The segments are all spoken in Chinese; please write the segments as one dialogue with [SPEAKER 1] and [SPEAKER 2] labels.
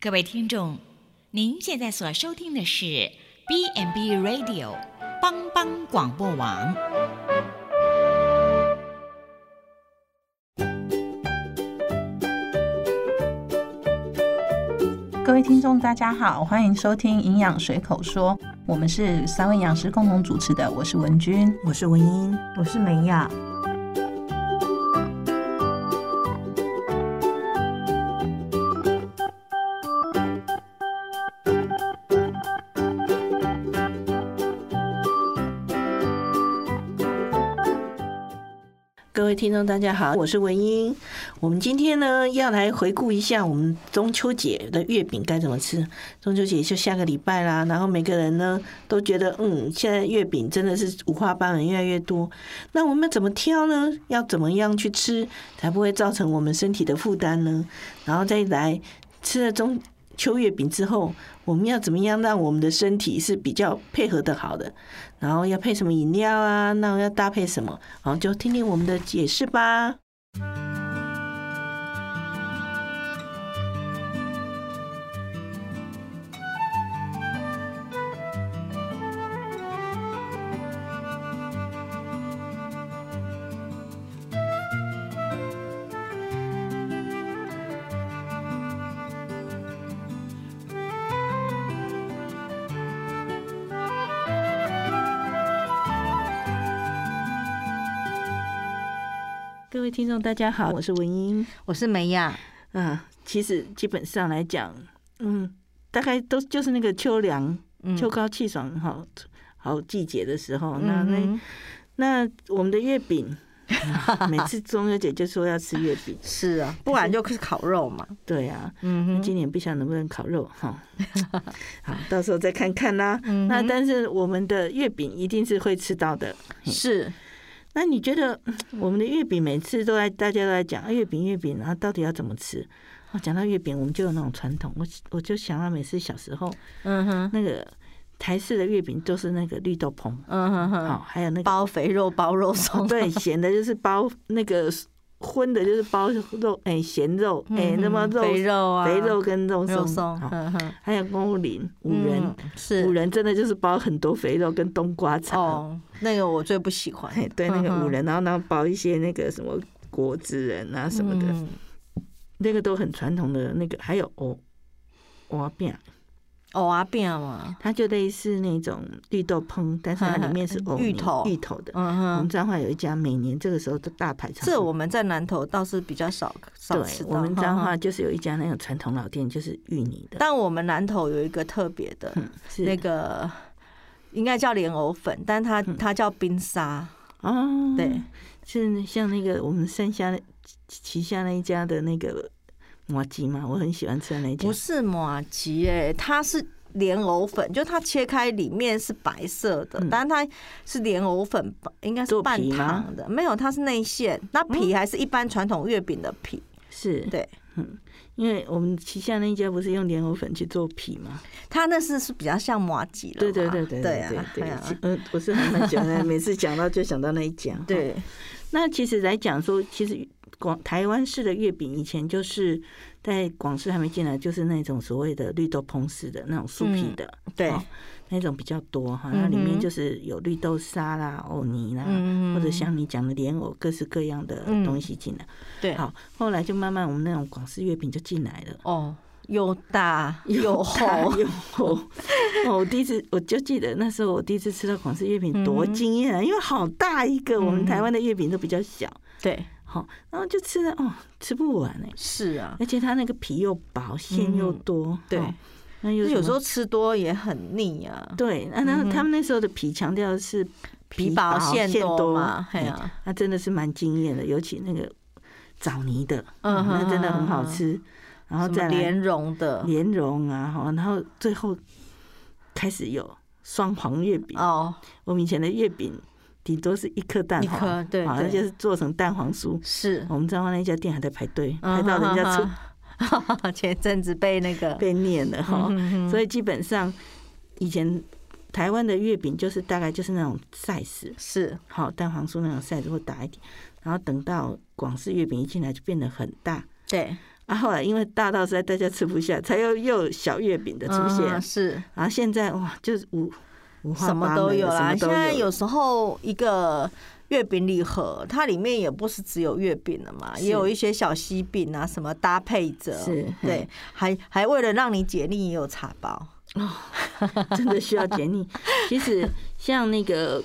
[SPEAKER 1] 各位听众，您现在所收听的是 B n B Radio 帮帮广播网。
[SPEAKER 2] 各位听众，大家好，欢迎收听《营养随口说》，我们是三位营养师共同主持的，我是文君。
[SPEAKER 3] 我是文英，
[SPEAKER 4] 我是美雅，
[SPEAKER 3] 各位听众大家好，我是文英。我们今天呢要来回顾一下我们中秋节的月饼该怎么吃。中秋节就下个礼拜啦，然后每个人呢都觉得，嗯，现在月饼真的是五花八门，越来越多。那我们要怎么挑呢？要怎么样去吃才不会造成我们身体的负担呢？然后再来吃了中秋月饼之后，我们要怎么样让我们的身体是比较配合的好的？然后要配什么饮料啊？那要搭配什么？好，就听听我们的解释吧。各位听众，大家好，我是文英。
[SPEAKER 4] 我是美雅。
[SPEAKER 3] 啊，其实基本上来讲，嗯，大概都就是那个秋凉、
[SPEAKER 4] 嗯
[SPEAKER 3] 秋高气爽，好好季节的时候。那
[SPEAKER 4] 嗯
[SPEAKER 3] 那
[SPEAKER 4] 哼
[SPEAKER 3] 那我们的月饼，啊每次中秋节就说要吃月 饼，
[SPEAKER 4] 是啊，不然就是烤肉嘛。
[SPEAKER 3] 对啊，
[SPEAKER 4] 嗯
[SPEAKER 3] 今
[SPEAKER 4] 哼，
[SPEAKER 3] 年不晓得能不能烤肉 哈。好，到时候再看看啦。
[SPEAKER 4] 嗯哼
[SPEAKER 3] 那但是我们的月饼一定是会吃到的。
[SPEAKER 4] 是
[SPEAKER 3] 那你觉得 嗯我们的月饼每次都在大家都在讲啊月饼月饼，然后到底要怎么吃？哦，讲到月饼，我们就有那种传统，我我就想到每次小时候
[SPEAKER 4] 嗯哼，
[SPEAKER 3] 那个台式的月饼，就是那个绿豆椪，
[SPEAKER 4] 嗯哼
[SPEAKER 3] 好、
[SPEAKER 4] 哼，
[SPEAKER 3] 还有那个
[SPEAKER 4] 包肥肉包肉松，
[SPEAKER 3] 对咸的就是包那个荤的，就是包肉哎、咸肉哎、
[SPEAKER 4] 嗯哼
[SPEAKER 3] 那么肉
[SPEAKER 4] 肥肉啊，
[SPEAKER 3] 肥肉跟肉松，
[SPEAKER 4] 肉松，
[SPEAKER 3] 好
[SPEAKER 4] 嗯哼，
[SPEAKER 3] 还有公五林五仁，
[SPEAKER 4] 嗯是
[SPEAKER 3] 五仁真的就是包很多肥肉跟冬瓜肠。
[SPEAKER 4] 哦，那个我最不喜欢
[SPEAKER 3] 嘿，对，那
[SPEAKER 4] 嗯
[SPEAKER 3] 个
[SPEAKER 4] 哼
[SPEAKER 3] 五仁，然后然后包一些那个什么果子仁啊什么的，
[SPEAKER 4] 嗯
[SPEAKER 3] 那个都很传统的那个，还有藕藕饼，
[SPEAKER 4] 藕啊变嘛，
[SPEAKER 3] 它就类似那种绿豆椪，但是它里面是
[SPEAKER 4] 嗯
[SPEAKER 3] 藕
[SPEAKER 4] 芋
[SPEAKER 3] 泥
[SPEAKER 4] 头
[SPEAKER 3] 芋头的。我
[SPEAKER 4] 嗯
[SPEAKER 3] 们
[SPEAKER 4] 哼，
[SPEAKER 3] 彰化有一家，每年这个时候都大排长龙。
[SPEAKER 4] 这我们在南投倒是比较少少吃
[SPEAKER 3] 对，
[SPEAKER 4] 到。
[SPEAKER 3] 我们彰
[SPEAKER 4] 嗯
[SPEAKER 3] 化
[SPEAKER 4] 哼，
[SPEAKER 3] 就是有一家那种传统老店，就是芋泥的，
[SPEAKER 4] 但我们南投有一个特别的，
[SPEAKER 3] 嗯，是
[SPEAKER 4] 那个应该叫莲藕粉，但它
[SPEAKER 3] 嗯
[SPEAKER 4] 它叫冰沙，
[SPEAKER 3] 哦，
[SPEAKER 4] 对，
[SPEAKER 3] 是像那个我们山下那旗下那一家的那个麻吉嘛，我很喜欢吃的那一家
[SPEAKER 4] 不。是马吉诶，它是莲藕粉，就它切开里面是白色的，
[SPEAKER 3] 嗯
[SPEAKER 4] 但它是莲藕粉，应该是
[SPEAKER 3] 做
[SPEAKER 4] 半
[SPEAKER 3] 皮吗哦
[SPEAKER 4] 糖的，没有，它是内馅，那皮还是一般传统月饼的皮，
[SPEAKER 3] 是
[SPEAKER 4] 对，
[SPEAKER 3] 嗯，因为我们旗下那一家不是用莲藕粉去做皮嘛？
[SPEAKER 4] 它那是是比较像马吉了
[SPEAKER 3] 对
[SPEAKER 4] 嘛，
[SPEAKER 3] 对对对
[SPEAKER 4] 嗯对
[SPEAKER 3] 对
[SPEAKER 4] 啊
[SPEAKER 3] 对
[SPEAKER 4] 哎呀，
[SPEAKER 3] 呃，我是还蛮喜欢 的，每次讲到就想到那一家。哦，
[SPEAKER 4] 对，
[SPEAKER 3] 那其实来讲说，其实广台湾式的月饼以前就是在广式还没进来，就是那种所谓的绿豆椪式的那种酥皮的，
[SPEAKER 4] 嗯对
[SPEAKER 3] 哦那种比较多哈。
[SPEAKER 4] 嗯哼
[SPEAKER 3] 那里面就是有绿豆沙啦、藕泥啦，
[SPEAKER 4] 嗯
[SPEAKER 3] 或者像你讲的莲藕，各式各样的
[SPEAKER 4] 嗯
[SPEAKER 3] 东西进来。
[SPEAKER 4] 对，
[SPEAKER 3] 好，后来就慢慢我们那种广式月饼就进来了。
[SPEAKER 4] 哦，又大 又厚，
[SPEAKER 3] 有厚。哦我第一次我就记得那时候我第一次吃到广式月饼多惊艳啊，因为好大一
[SPEAKER 4] 嗯
[SPEAKER 3] 个，我们台湾的月饼都比较小，
[SPEAKER 4] 对，
[SPEAKER 3] 好，然后就吃了哦，吃不完哎，
[SPEAKER 4] 是啊，
[SPEAKER 3] 而且它那个皮又薄，馅又多，
[SPEAKER 4] 嗯对
[SPEAKER 3] 哦，那
[SPEAKER 4] 就
[SPEAKER 3] 有
[SPEAKER 4] 有时
[SPEAKER 3] 候
[SPEAKER 4] 候吃多也很腻啊，
[SPEAKER 3] 对，那然后他们那时候的皮强调的是
[SPEAKER 4] 皮薄馅
[SPEAKER 3] 馅
[SPEAKER 4] 多嘛，嘿
[SPEAKER 3] 嗯
[SPEAKER 4] 啊，
[SPEAKER 3] 那真的是蛮惊艳的，尤其那个枣泥的，
[SPEAKER 4] 嗯
[SPEAKER 3] 嗯，那真的很好
[SPEAKER 4] 嗯嗯嗯
[SPEAKER 3] 吃，然后
[SPEAKER 4] 什么
[SPEAKER 3] 再来
[SPEAKER 4] 莲蓉的
[SPEAKER 3] 莲蓉啊，哈，然后最后开始有双黄月饼。
[SPEAKER 4] 哦，
[SPEAKER 3] 我们以前的月饼顶多是一颗蛋
[SPEAKER 4] 一
[SPEAKER 3] 黄，
[SPEAKER 4] 颗对
[SPEAKER 3] 好像
[SPEAKER 4] 对
[SPEAKER 3] 就是做成蛋黄酥。
[SPEAKER 4] 是
[SPEAKER 3] 我们彰化那一家店还在排队，排
[SPEAKER 4] 嗯
[SPEAKER 3] 到人家出
[SPEAKER 4] 哈哈哈哈 前阵子被那个
[SPEAKER 3] 被念了哈。
[SPEAKER 4] 嗯
[SPEAKER 3] 所以基本上以前台湾的月饼就是大概就是那种 size，
[SPEAKER 4] 是
[SPEAKER 3] 好蛋黄酥那种 size 会大一点，然后等到广式月饼一进来就变得很大。
[SPEAKER 4] 对，
[SPEAKER 3] 啊，后来因为大到实在大家吃不下，才又又有小月饼的出现。
[SPEAKER 4] 嗯是
[SPEAKER 3] 然后现在哇，就是五五花
[SPEAKER 4] 什么
[SPEAKER 3] 八
[SPEAKER 4] 都
[SPEAKER 3] 门
[SPEAKER 4] 有
[SPEAKER 3] 了
[SPEAKER 4] 啦。
[SPEAKER 3] 什
[SPEAKER 4] 现
[SPEAKER 3] 么
[SPEAKER 4] 在
[SPEAKER 3] 都有
[SPEAKER 4] 有时候一个月饼礼盒，它里面也不是只有月饼了嘛，
[SPEAKER 3] 是
[SPEAKER 4] 也有一些小西饼啊，什么搭配着，
[SPEAKER 3] 是
[SPEAKER 4] 对
[SPEAKER 3] 嗯，
[SPEAKER 4] 还还为了让你解腻，也有茶包。
[SPEAKER 3] 真的需要解腻。其实像那个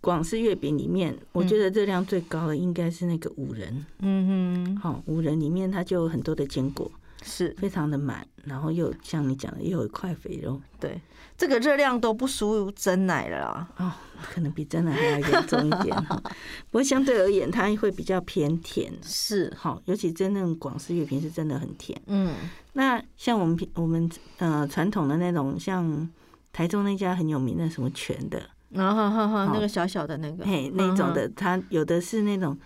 [SPEAKER 3] 广式月饼里面，我觉得热量最高的应该是那个五仁。
[SPEAKER 4] 嗯哼，
[SPEAKER 3] 好、五仁里面它就有很多的坚果，
[SPEAKER 4] 是
[SPEAKER 3] 非常的满，然后又像你讲的，又有一块肥肉
[SPEAKER 4] 对，这个热量都不输真奶了啊啦。
[SPEAKER 3] 哦，可能比真的还要严重一点哈。不过相对而言，它会比较偏甜。
[SPEAKER 4] 是，
[SPEAKER 3] 好、尤其真正广式月饼是真的很甜。
[SPEAKER 4] 嗯，
[SPEAKER 3] 那像我们平我们呃传统的那种，像台中那家很有名的什么泉的，
[SPEAKER 4] 然后哈哈，
[SPEAKER 3] 好
[SPEAKER 4] 那个小小的那个，
[SPEAKER 3] 嘿，那种
[SPEAKER 4] 嗯
[SPEAKER 3] 的，它有的是那种，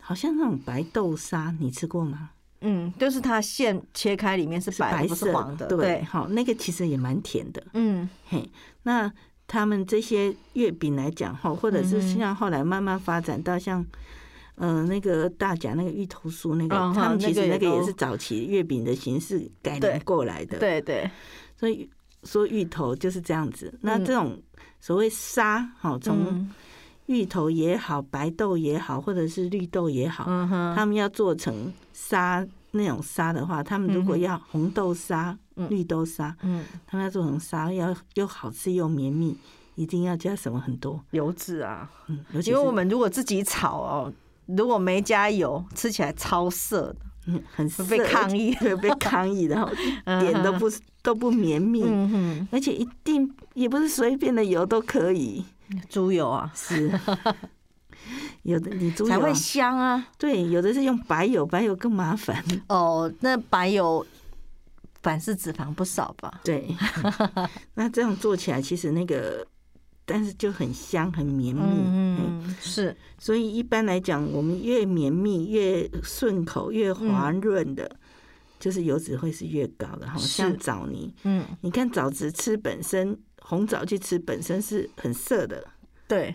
[SPEAKER 3] 好像那种白豆沙，你吃过吗？
[SPEAKER 4] 嗯，就是它馅切开里面是白的，
[SPEAKER 3] 白
[SPEAKER 4] 不
[SPEAKER 3] 色
[SPEAKER 4] 是黄的，
[SPEAKER 3] 对，
[SPEAKER 4] 对，
[SPEAKER 3] 好，那个其实也蛮甜的。
[SPEAKER 4] 嗯，
[SPEAKER 3] 嘿，那他们这些月饼来讲哈，或者是
[SPEAKER 4] 嗯哼
[SPEAKER 3] 像后来慢慢发展到像。呃，那个大甲那个芋头酥那个，
[SPEAKER 4] 嗯哼
[SPEAKER 3] 他们其实那
[SPEAKER 4] 那个
[SPEAKER 3] 个
[SPEAKER 4] 也都
[SPEAKER 3] 也是早期月饼的形式改良
[SPEAKER 4] 对
[SPEAKER 3] 过来的。，
[SPEAKER 4] 对对，
[SPEAKER 3] 所以说芋头就是这样子。那
[SPEAKER 4] 嗯
[SPEAKER 3] 这种所谓沙，哈，从
[SPEAKER 4] 嗯
[SPEAKER 3] 芋头也好，白豆也好，或者是绿豆也好，
[SPEAKER 4] 嗯哼，
[SPEAKER 3] 他们要做成沙那种沙的话，他们如果
[SPEAKER 4] 嗯哼
[SPEAKER 3] 要红豆沙、
[SPEAKER 4] 嗯
[SPEAKER 3] 绿豆沙，
[SPEAKER 4] 嗯，
[SPEAKER 3] 他们要做成沙，要又好吃又绵密，一定要加什么很多，
[SPEAKER 4] 油脂啊，
[SPEAKER 3] 嗯，尤其
[SPEAKER 4] 因为
[SPEAKER 3] 是
[SPEAKER 4] 我们如果自己炒哦，如果没加油，吃起来超涩的，
[SPEAKER 3] 嗯很涩
[SPEAKER 4] 会被抗，议。
[SPEAKER 3] 而且被抗议的，然后一点都不都不绵密，
[SPEAKER 4] 嗯哼，
[SPEAKER 3] 而且一定也不是随便的油都可以，
[SPEAKER 4] 猪油啊，
[SPEAKER 3] 是。有的你猪油
[SPEAKER 4] 才
[SPEAKER 3] 啊
[SPEAKER 4] 会香啊。
[SPEAKER 3] 对，有的是用白油，白油更麻烦。
[SPEAKER 4] 哦，那白油反式脂肪不少吧？
[SPEAKER 3] 对，那这样做起来其实那个，但是就很香很绵密。嗯，
[SPEAKER 4] 嗯，是，
[SPEAKER 3] 所以一般来讲，我们越绵密、越顺口、越滑润的，就是油脂会是越高的。好
[SPEAKER 4] 是
[SPEAKER 3] 像枣泥，
[SPEAKER 4] 嗯，
[SPEAKER 3] 你看枣子吃本身，红枣去吃本身是很涩的。
[SPEAKER 4] 对。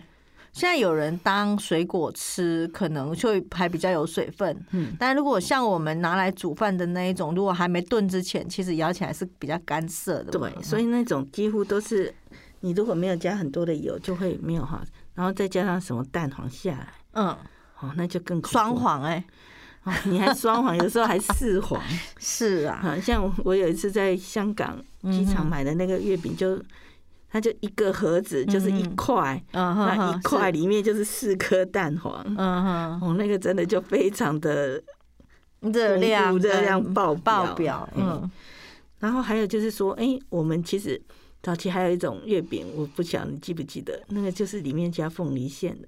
[SPEAKER 4] 现在有人当水果吃，可能就还比较有水分。
[SPEAKER 3] 嗯，
[SPEAKER 4] 但如果像我们拿来煮饭的那一种，如果还没炖之前，其实咬起来是比较干涩的嘛。
[SPEAKER 3] 对，所以那种几乎都是你如果没有加很多的油，就会没有哈。然后再加上什么蛋黄下来，
[SPEAKER 4] 嗯，
[SPEAKER 3] 哦，那就更恐怖
[SPEAKER 4] 双、黄哎、
[SPEAKER 3] 哦，你还双黄，有时候还四 黄。
[SPEAKER 4] 是啊，
[SPEAKER 3] 好像我我有一次在香港机场买的那个月饼就，它就一个盒子就是一块，
[SPEAKER 4] 嗯哼
[SPEAKER 3] 那
[SPEAKER 4] 哼
[SPEAKER 3] 一块
[SPEAKER 4] 是
[SPEAKER 3] 里面就是四颗蛋黄，
[SPEAKER 4] 嗯哼，
[SPEAKER 3] 哦，那个真的就非常的，
[SPEAKER 4] 热量
[SPEAKER 3] 热
[SPEAKER 4] 跟
[SPEAKER 3] 量爆表
[SPEAKER 4] 爆表，嗯
[SPEAKER 3] 然后还有就是说，哎、我们其实早期还有一种月饼，我不晓得你记不记得，那个就是里面加凤梨馅的，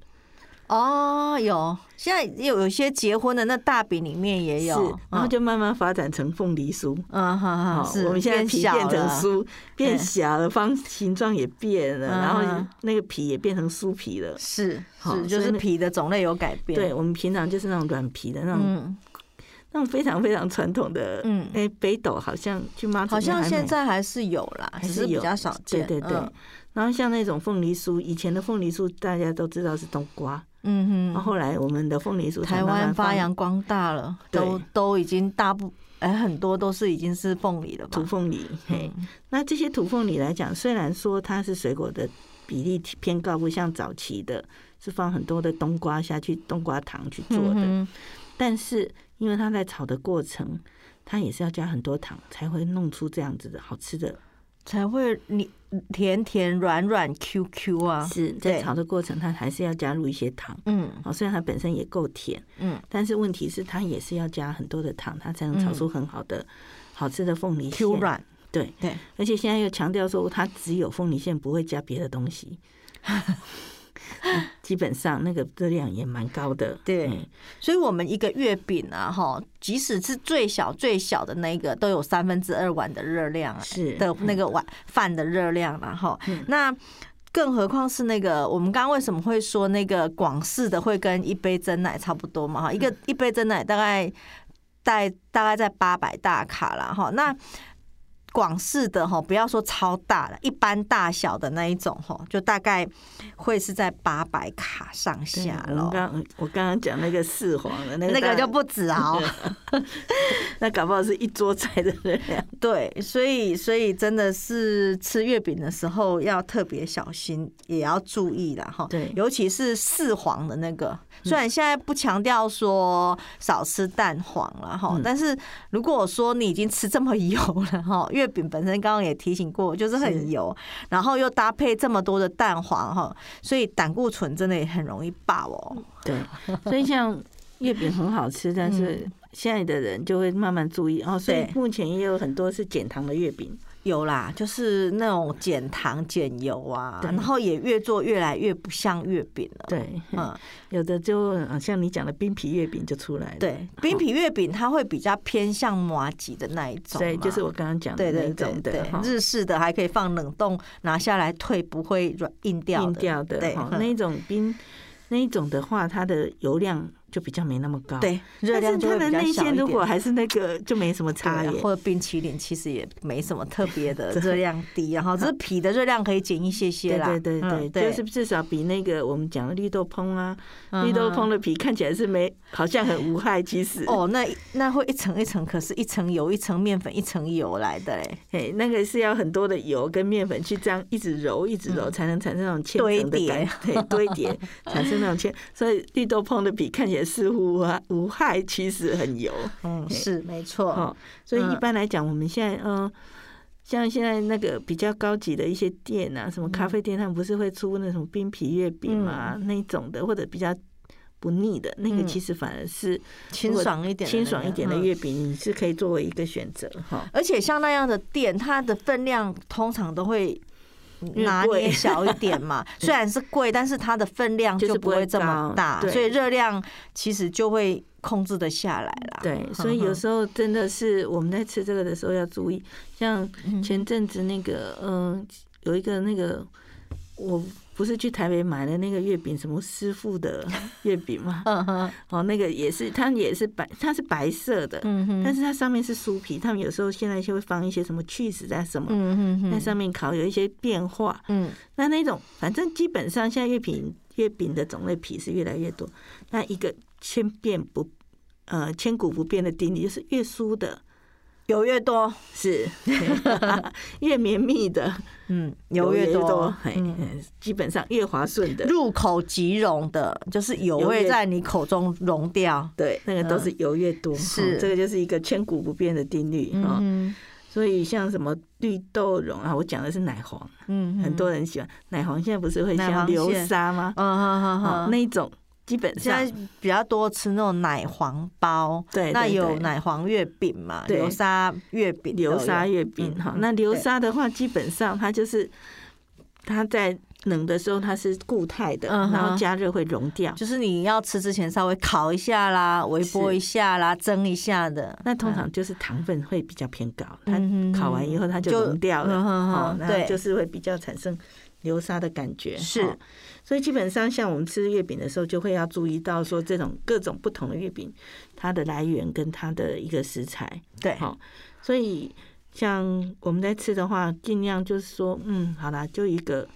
[SPEAKER 4] 哦有，现在有有些结婚的那大饼里面也有，
[SPEAKER 3] 是，然后
[SPEAKER 4] 嗯
[SPEAKER 3] 就慢慢发展成凤梨酥。
[SPEAKER 4] 嗯哈
[SPEAKER 3] 好
[SPEAKER 4] 哈，是
[SPEAKER 3] 我们现在皮变
[SPEAKER 4] 小
[SPEAKER 3] 成
[SPEAKER 4] 了，
[SPEAKER 3] 酥，变小了，方形状也变了，然
[SPEAKER 4] 嗯
[SPEAKER 3] 后那个皮也变成酥皮了。
[SPEAKER 4] 是
[SPEAKER 3] 好
[SPEAKER 4] 是，就
[SPEAKER 3] 所以
[SPEAKER 4] 是
[SPEAKER 3] 那
[SPEAKER 4] 皮的种类有改变，
[SPEAKER 3] 对，，我们平常就是那种软皮的那种，
[SPEAKER 4] 嗯，
[SPEAKER 3] 那种非常非常传统的，
[SPEAKER 4] 嗯
[SPEAKER 3] 哎、北斗好像去妈祖
[SPEAKER 4] 好像
[SPEAKER 3] 那还
[SPEAKER 4] 现
[SPEAKER 3] 买
[SPEAKER 4] 在还是有啦，
[SPEAKER 3] 还
[SPEAKER 4] 只
[SPEAKER 3] 是
[SPEAKER 4] 是比
[SPEAKER 3] 有
[SPEAKER 4] 较少
[SPEAKER 3] 对
[SPEAKER 4] 见，
[SPEAKER 3] 对对。
[SPEAKER 4] 嗯
[SPEAKER 3] 然后像那种凤梨酥，以前的凤梨酥大家都知道是冬瓜，
[SPEAKER 4] 嗯
[SPEAKER 3] 然后
[SPEAKER 4] 哼，
[SPEAKER 3] 后来我哦们的凤梨酥才
[SPEAKER 4] 台
[SPEAKER 3] 慢慢
[SPEAKER 4] 湾发
[SPEAKER 3] 放
[SPEAKER 4] 扬光大了，都
[SPEAKER 3] 对
[SPEAKER 4] 都已经大部哎很多都是已经是凤梨了吧
[SPEAKER 3] 土？凤梨，嘿，
[SPEAKER 4] 嗯
[SPEAKER 3] 那这些土凤梨来讲，虽然说它是水果的比例偏高，不像早期的是放很多的冬瓜下去，冬瓜糖去做的，
[SPEAKER 4] 嗯哼
[SPEAKER 3] 但是因为它在炒的过程，它也是要加很多糖才会弄出这样子的好吃的
[SPEAKER 4] 才会你甜甜软软 Q Q 啊，
[SPEAKER 3] 是在炒的过程，它还是要加入一些糖。
[SPEAKER 4] 嗯
[SPEAKER 3] 哦，虽然它本身也够甜，
[SPEAKER 4] 嗯
[SPEAKER 3] 但是问题是它也是要加很多的糖，它才能炒出很好的、好吃的凤梨馅。
[SPEAKER 4] ，Q 软，
[SPEAKER 3] 对，
[SPEAKER 4] 对，
[SPEAKER 3] 而且现在又强调说它只有凤梨馅，不会加别的东 西。嗯基本上那个热量也蛮高的。
[SPEAKER 4] 对
[SPEAKER 3] 嗯
[SPEAKER 4] 所以我们一个月饼啊，哈，即使是最小最小的那一个，都有三分之二碗的热量啊，
[SPEAKER 3] 是
[SPEAKER 4] 的那个碗饭的热量然后那。更何况是那个，我们刚刚为什么会说那个广式的会跟一杯真奶差不多嘛？哈，一个一杯真奶大概大大概在八百大卡啦，哈。那广式的哈，不要说超大了，一般大小的那一种哈，就大概会是在八百卡上下
[SPEAKER 3] 我们
[SPEAKER 4] 咯。
[SPEAKER 3] 刚我刚刚讲那个四皇的那个
[SPEAKER 4] 那
[SPEAKER 3] 大
[SPEAKER 4] 个就不止啊、哦，
[SPEAKER 3] 那搞不好是一桌菜的热量。
[SPEAKER 4] 对，所以所以真的是吃月饼的时候要特别小心，也要注意啦哈。
[SPEAKER 3] 对嗯
[SPEAKER 4] 尤其是四黄的那个，虽然现在不强调说少吃蛋黄了哈，
[SPEAKER 3] 嗯
[SPEAKER 4] 但是如果说你已经吃这么油了哈，月饼本身刚刚也提醒过，就是很油，然后又搭配这么多的蛋黄哈，所以胆固醇真的也很容易爆哦。
[SPEAKER 3] 对，所以像月饼很好吃，但是现在的人就会慢慢注意哦。所以
[SPEAKER 4] 嗯对
[SPEAKER 3] 目前也有很多是减糖的月饼，
[SPEAKER 4] 有啦，就是那种减糖减油啊，
[SPEAKER 3] 对
[SPEAKER 4] 然后也越做越来越不像月饼了。
[SPEAKER 3] 对，
[SPEAKER 4] 嗯，
[SPEAKER 3] 哦有的就呃像你讲的冰皮月饼就出来了，
[SPEAKER 4] 对，冰皮月饼它会比较偏向麻吉的那一
[SPEAKER 3] 哦，
[SPEAKER 4] 种嘛，
[SPEAKER 3] 对，就是我刚刚讲的
[SPEAKER 4] 对
[SPEAKER 3] 那
[SPEAKER 4] 对
[SPEAKER 3] 一
[SPEAKER 4] 对
[SPEAKER 3] 种的
[SPEAKER 4] 对
[SPEAKER 3] 哈，，
[SPEAKER 4] 日式的还可以放冷冻，拿下来退不会软硬掉的，
[SPEAKER 3] 硬掉的
[SPEAKER 4] 对
[SPEAKER 3] 哈，
[SPEAKER 4] 嗯
[SPEAKER 3] 那一种冰那一种的话，它的油量就比较没那么高，，
[SPEAKER 4] 对热
[SPEAKER 3] 啊但
[SPEAKER 4] 量
[SPEAKER 3] 是
[SPEAKER 4] 就
[SPEAKER 3] 它
[SPEAKER 4] 会
[SPEAKER 3] 的
[SPEAKER 4] 比较
[SPEAKER 3] 内
[SPEAKER 4] 小
[SPEAKER 3] 馅
[SPEAKER 4] 一
[SPEAKER 3] 如果
[SPEAKER 4] 点。
[SPEAKER 3] 还是那个就没什么差
[SPEAKER 4] 对
[SPEAKER 3] 别
[SPEAKER 4] 啊，或者冰淇淋其实也没什么特别 的热量低，然后只是皮的热量可以减一些些啦。
[SPEAKER 3] 对对对
[SPEAKER 4] 嗯
[SPEAKER 3] 对，就是至少比那个我们讲的绿豆椪啊，
[SPEAKER 4] 嗯哼
[SPEAKER 3] 绿豆椪的皮看起来是没，好像很无害，其实
[SPEAKER 4] 哦，那那会一层一层，可是一层油，一层面粉，一层油来的嘞，
[SPEAKER 3] 嘿，那个是要很多的油跟面粉去这样一直揉，一直揉，才能产生那种千
[SPEAKER 4] 嗯堆
[SPEAKER 3] 层的感，对，堆叠， 产生那种千。所以绿豆椪的皮看起来似乎无害无害，其实很油
[SPEAKER 4] 嗯，
[SPEAKER 3] 对
[SPEAKER 4] 是没错，
[SPEAKER 3] 哦。所以一
[SPEAKER 4] 嗯
[SPEAKER 3] 般来讲，我们现在嗯。呃像现在那个比较高级的一些店啊，
[SPEAKER 4] 嗯
[SPEAKER 3] 什么咖啡店，他们不是会出那种冰皮月饼嘛、那一种的，或者比较不腻的那个，
[SPEAKER 4] 嗯
[SPEAKER 3] 其实反而是
[SPEAKER 4] 清爽一点的那个，
[SPEAKER 3] 清爽一点的
[SPEAKER 4] 嗯
[SPEAKER 3] 月饼，你是可以作为一个选择哈。
[SPEAKER 4] 而且像那样的店，它的分量通常都会拿捏小一点 嘛。虽然是贵，但是它的分量
[SPEAKER 3] 就是
[SPEAKER 4] 就
[SPEAKER 3] 不会
[SPEAKER 4] 不会这么大
[SPEAKER 3] 高，对
[SPEAKER 4] 所以热量其实就会控制的下来啦。嗯
[SPEAKER 3] 对，所以有时候真的是我们在吃这个的时候要注意，像
[SPEAKER 4] 嗯
[SPEAKER 3] 前阵子那个，嗯、有一个那个，我不是去台北买的那个月饼，什么师傅 的月饼嘛，
[SPEAKER 4] 嗯哼，
[SPEAKER 3] 哦，那个也是，它也是白，它是白色的，
[SPEAKER 4] 嗯哼，
[SPEAKER 3] 但是它上面是酥皮，他们有时候现在就会放一些什么 cheese 啊什么，
[SPEAKER 4] 嗯哼哼，
[SPEAKER 3] 在上面烤有一些变化，
[SPEAKER 4] 嗯
[SPEAKER 3] 那那种反正基本上现在月饼月饼的种类皮是越来越多，那一个千变不呃千古不变的定理就是越酥的
[SPEAKER 4] 油越多，
[SPEAKER 3] 是 越绵密的
[SPEAKER 4] 嗯油越多，
[SPEAKER 3] 嘿
[SPEAKER 4] 嗯
[SPEAKER 3] 基本上越滑顺的，
[SPEAKER 4] 入口即溶的，就是油
[SPEAKER 3] 油
[SPEAKER 4] 会
[SPEAKER 3] 越
[SPEAKER 4] 在你口中溶掉。
[SPEAKER 3] 对，那个都是油越多，
[SPEAKER 4] 嗯是
[SPEAKER 3] 哦这个就是一个千古不变的定律啊。哦
[SPEAKER 4] 嗯
[SPEAKER 3] 所以像什么绿豆蓉啊，我讲的是奶黄，
[SPEAKER 4] 嗯哼
[SPEAKER 3] 很多人喜欢奶黄，现在不是会
[SPEAKER 4] 奶
[SPEAKER 3] 像
[SPEAKER 4] 黄
[SPEAKER 3] 流
[SPEAKER 4] 蟹
[SPEAKER 3] 沙吗？
[SPEAKER 4] 嗯哼哼
[SPEAKER 3] 哦
[SPEAKER 4] 哼，
[SPEAKER 3] 那一种基本
[SPEAKER 4] 现
[SPEAKER 3] 上
[SPEAKER 4] 在比较多吃那种奶黄包，
[SPEAKER 3] 对
[SPEAKER 4] 那
[SPEAKER 3] 对
[SPEAKER 4] 有
[SPEAKER 3] 对
[SPEAKER 4] 奶黄月饼嘛，
[SPEAKER 3] 对
[SPEAKER 4] 流沙月饼都有，
[SPEAKER 3] 流沙月饼
[SPEAKER 4] 嗯
[SPEAKER 3] 哈。
[SPEAKER 4] 嗯
[SPEAKER 3] 那流
[SPEAKER 4] 对
[SPEAKER 3] 沙的话，基本上它就是它在冷的时候它是固态的，
[SPEAKER 4] 嗯哼
[SPEAKER 3] 然后加热会溶掉。
[SPEAKER 4] 就是你要吃之前稍微烤一下啦，微波
[SPEAKER 3] 是
[SPEAKER 4] 一下啦，蒸一下的。
[SPEAKER 3] 那通常就是糖分会比较偏高，它
[SPEAKER 4] 嗯嗯哼
[SPEAKER 3] 烤完以后它就
[SPEAKER 4] 就
[SPEAKER 3] 溶掉了，
[SPEAKER 4] 嗯哼
[SPEAKER 3] 哦
[SPEAKER 4] 哼，
[SPEAKER 3] 然后
[SPEAKER 4] 对
[SPEAKER 3] 就是会比较产生流沙的感觉。
[SPEAKER 4] 是
[SPEAKER 3] 哦所以基本上像我们吃月饼的时候，就会要注意到说这种各种不同的月饼，它的来源跟它的一个食材。
[SPEAKER 4] 对，
[SPEAKER 3] 好、所以像我们在吃的话，尽量就是说，嗯，好啦，就一个，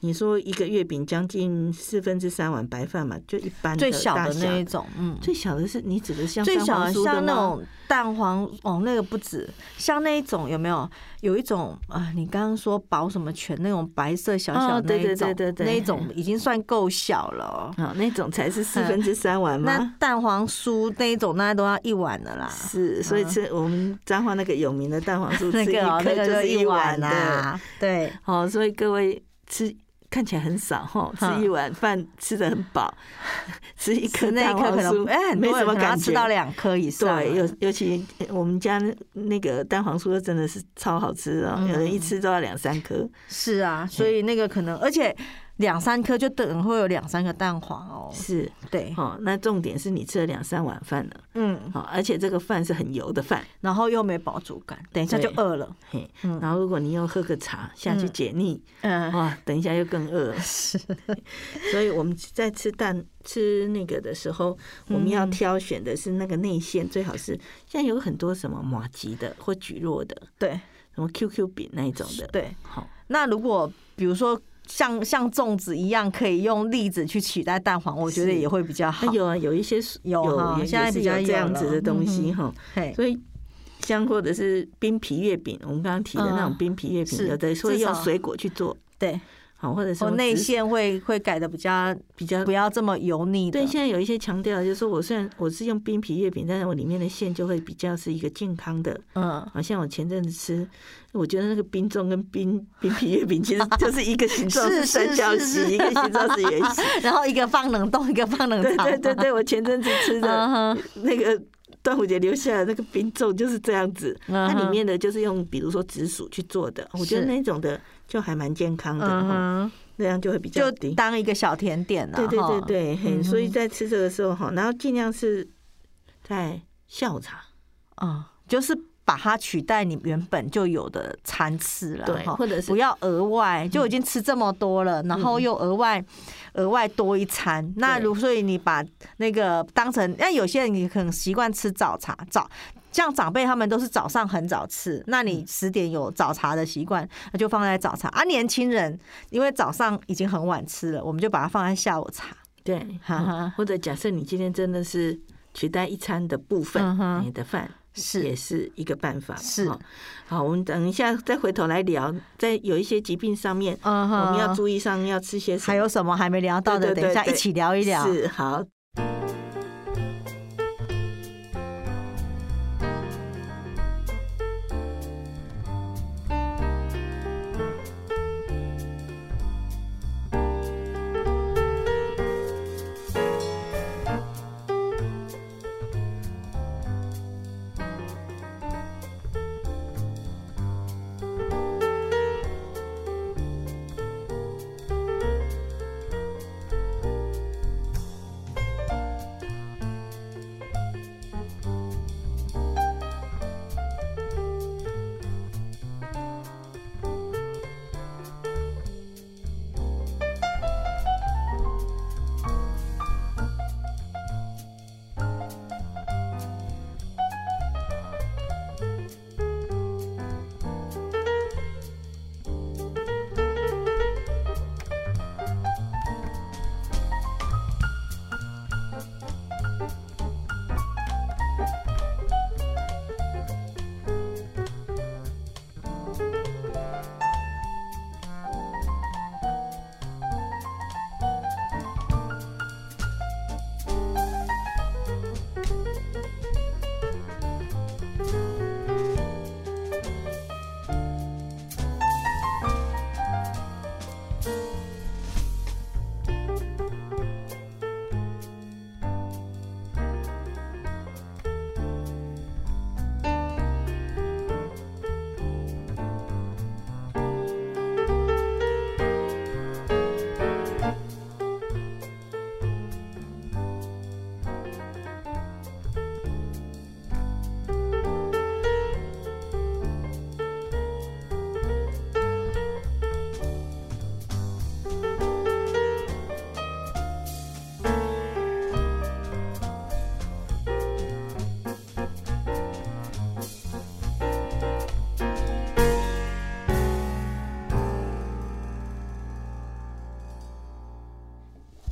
[SPEAKER 3] 你说一个月饼将近四分之三碗白饭嘛，就一般
[SPEAKER 4] 最小
[SPEAKER 3] 小
[SPEAKER 4] 的那一种，嗯。
[SPEAKER 3] 最小的是你指的像
[SPEAKER 4] 最
[SPEAKER 3] 蛋
[SPEAKER 4] 小
[SPEAKER 3] 黄
[SPEAKER 4] 的
[SPEAKER 3] 酥的
[SPEAKER 4] 像
[SPEAKER 3] 吗
[SPEAKER 4] 那种蛋黄哦，那个不止，像那一种有没有？有一种啊，你刚刚说保什么全那种白色小小
[SPEAKER 3] 哦
[SPEAKER 4] 那
[SPEAKER 3] 对
[SPEAKER 4] 一
[SPEAKER 3] 对
[SPEAKER 4] 种，
[SPEAKER 3] 对对对
[SPEAKER 4] 那一种已经算够小了哦。
[SPEAKER 3] 啊、那种才是四分之三碗
[SPEAKER 4] 那
[SPEAKER 3] 吗？
[SPEAKER 4] 蛋黄酥那一种，那都要一碗的啦。
[SPEAKER 3] 是，所以吃我们彰化那个有名的蛋黄 酥，
[SPEAKER 4] 那
[SPEAKER 3] 吃一
[SPEAKER 4] 个哦，那
[SPEAKER 3] 颗
[SPEAKER 4] 个
[SPEAKER 3] 就是
[SPEAKER 4] 一
[SPEAKER 3] 碗的。
[SPEAKER 4] 啊，对，
[SPEAKER 3] 哦，所以各位吃看起来很少哈，
[SPEAKER 4] 嗯
[SPEAKER 3] 吃一碗饭吃的很饱， 吃一颗
[SPEAKER 4] 吃那一
[SPEAKER 3] 蛋
[SPEAKER 4] 颗
[SPEAKER 3] 黄
[SPEAKER 4] 可
[SPEAKER 3] 酥
[SPEAKER 4] 能哎，很
[SPEAKER 3] 没
[SPEAKER 4] 多
[SPEAKER 3] 什
[SPEAKER 4] 人
[SPEAKER 3] 么
[SPEAKER 4] 可能要
[SPEAKER 3] 感觉，
[SPEAKER 4] 吃到两颗以上啊，
[SPEAKER 3] 对，尤尤其呃我们家那那个蛋黄酥真的是超好吃的哦，
[SPEAKER 4] 嗯
[SPEAKER 3] 有人一吃都要两三颗。
[SPEAKER 4] 是啊，所以那个可能，而且两三颗就等于会有两三个蛋黄哦。
[SPEAKER 3] 是，
[SPEAKER 4] 对，
[SPEAKER 3] 哦，那重点是你吃了两三碗饭了，
[SPEAKER 4] 嗯，
[SPEAKER 3] 哦，而且这个饭是很油的饭。
[SPEAKER 4] 然后又没饱足感，等一下就
[SPEAKER 3] 对
[SPEAKER 4] 饿了。
[SPEAKER 3] 嘿，
[SPEAKER 4] 嗯
[SPEAKER 3] 然后如果你又喝个茶下去
[SPEAKER 4] 嗯
[SPEAKER 3] 解腻，
[SPEAKER 4] 嗯，
[SPEAKER 3] 哇，等一下又更饿了。所以我们在吃蛋吃那个的时候，我们
[SPEAKER 4] 嗯
[SPEAKER 3] 要挑选的是那个内馅，最好是现在有很多什么马吉的或菊络的，
[SPEAKER 4] 对，
[SPEAKER 3] 什么 QQ 饼那一种的。
[SPEAKER 4] 对，
[SPEAKER 3] 好，
[SPEAKER 4] 那如果比如说像像粽子一样，可以用栗子去取代蛋黄，我觉得
[SPEAKER 3] 是
[SPEAKER 4] 也会比较好
[SPEAKER 3] 那。有啊，有一些是
[SPEAKER 4] 有哈
[SPEAKER 3] 也
[SPEAKER 4] 现在
[SPEAKER 3] 也是
[SPEAKER 4] 比较
[SPEAKER 3] 有这
[SPEAKER 4] 有
[SPEAKER 3] 样子
[SPEAKER 4] 了
[SPEAKER 3] 的东西
[SPEAKER 4] 嗯
[SPEAKER 3] 哈。
[SPEAKER 4] 嘿，
[SPEAKER 3] 所以像或者是冰皮月饼，我们刚刚提的那种
[SPEAKER 4] 嗯
[SPEAKER 3] 冰皮月饼，
[SPEAKER 4] 是
[SPEAKER 3] 有的
[SPEAKER 4] 至
[SPEAKER 3] 会用
[SPEAKER 4] 少
[SPEAKER 3] 水果去做，
[SPEAKER 4] 对，
[SPEAKER 3] 好，或者是
[SPEAKER 4] 我内馅会会改的比较
[SPEAKER 3] 比较
[SPEAKER 4] 不。要这么油腻的
[SPEAKER 3] 对，。现在有一些强调，就是说我虽然我是用冰皮月饼，但是我里面的馅就会比较是一个健康的。
[SPEAKER 4] 嗯，
[SPEAKER 3] 好像我前阵子吃，我觉得那个冰粽跟冰冰皮月饼其实 就是一个形状
[SPEAKER 4] 是是
[SPEAKER 3] 三角
[SPEAKER 4] 是是
[SPEAKER 3] 形，一个形状是圆形。
[SPEAKER 4] 然后一个放冷冻，一个放 冷
[SPEAKER 3] 对
[SPEAKER 4] 藏。
[SPEAKER 3] 对对对，我前阵子吃
[SPEAKER 4] 嗯
[SPEAKER 3] 的
[SPEAKER 4] 哼，
[SPEAKER 3] 那个端午节留下来那个冰粽就是这样子，
[SPEAKER 4] 嗯
[SPEAKER 3] 它
[SPEAKER 4] 哼
[SPEAKER 3] 里面的就是用比如说紫薯去做的，我觉得
[SPEAKER 4] 是
[SPEAKER 3] 那种的就还蛮健康的，
[SPEAKER 4] 嗯
[SPEAKER 3] 哈
[SPEAKER 4] 哼，
[SPEAKER 3] 那样就会比较
[SPEAKER 4] 就
[SPEAKER 3] 低。
[SPEAKER 4] 当一个小甜点了。
[SPEAKER 3] 对对对
[SPEAKER 4] 哈，嗯
[SPEAKER 3] 对，嘿，所以在吃这个时候哈，然后尽量是在下午茶，
[SPEAKER 4] 嗯，就是把它取代你原本就有的餐次了，
[SPEAKER 3] 对，
[SPEAKER 4] 哈
[SPEAKER 3] 或者是嗯
[SPEAKER 4] 不要额外，就已经吃这么多了，然后又额外额外多一餐。那如所以你把那个当成，那有些人你可能习惯吃早茶，早像长辈他们都是早上很早吃，那
[SPEAKER 3] 嗯
[SPEAKER 4] 你十点有早茶的习惯，那就放在早茶。啊，年轻人因为早上已经很晚吃了，我们就把它放在下午茶。
[SPEAKER 3] 对，
[SPEAKER 4] 哈哈
[SPEAKER 3] 嗯或者假设你今天真的是取代一餐的部分
[SPEAKER 4] 嗯，哼
[SPEAKER 3] 你的饭也
[SPEAKER 4] 是
[SPEAKER 3] 是一个办法。
[SPEAKER 4] 是
[SPEAKER 3] 哦，好，我们等一下再回头来聊，在有一些疾病上面，
[SPEAKER 4] 嗯
[SPEAKER 3] 我
[SPEAKER 4] 哼
[SPEAKER 3] 们要注意上要吃些什么，
[SPEAKER 4] 还有什么还没聊到
[SPEAKER 3] 对对
[SPEAKER 4] 的？
[SPEAKER 3] 对
[SPEAKER 4] 等一下
[SPEAKER 3] 对
[SPEAKER 4] 一起聊一聊。
[SPEAKER 3] 是好。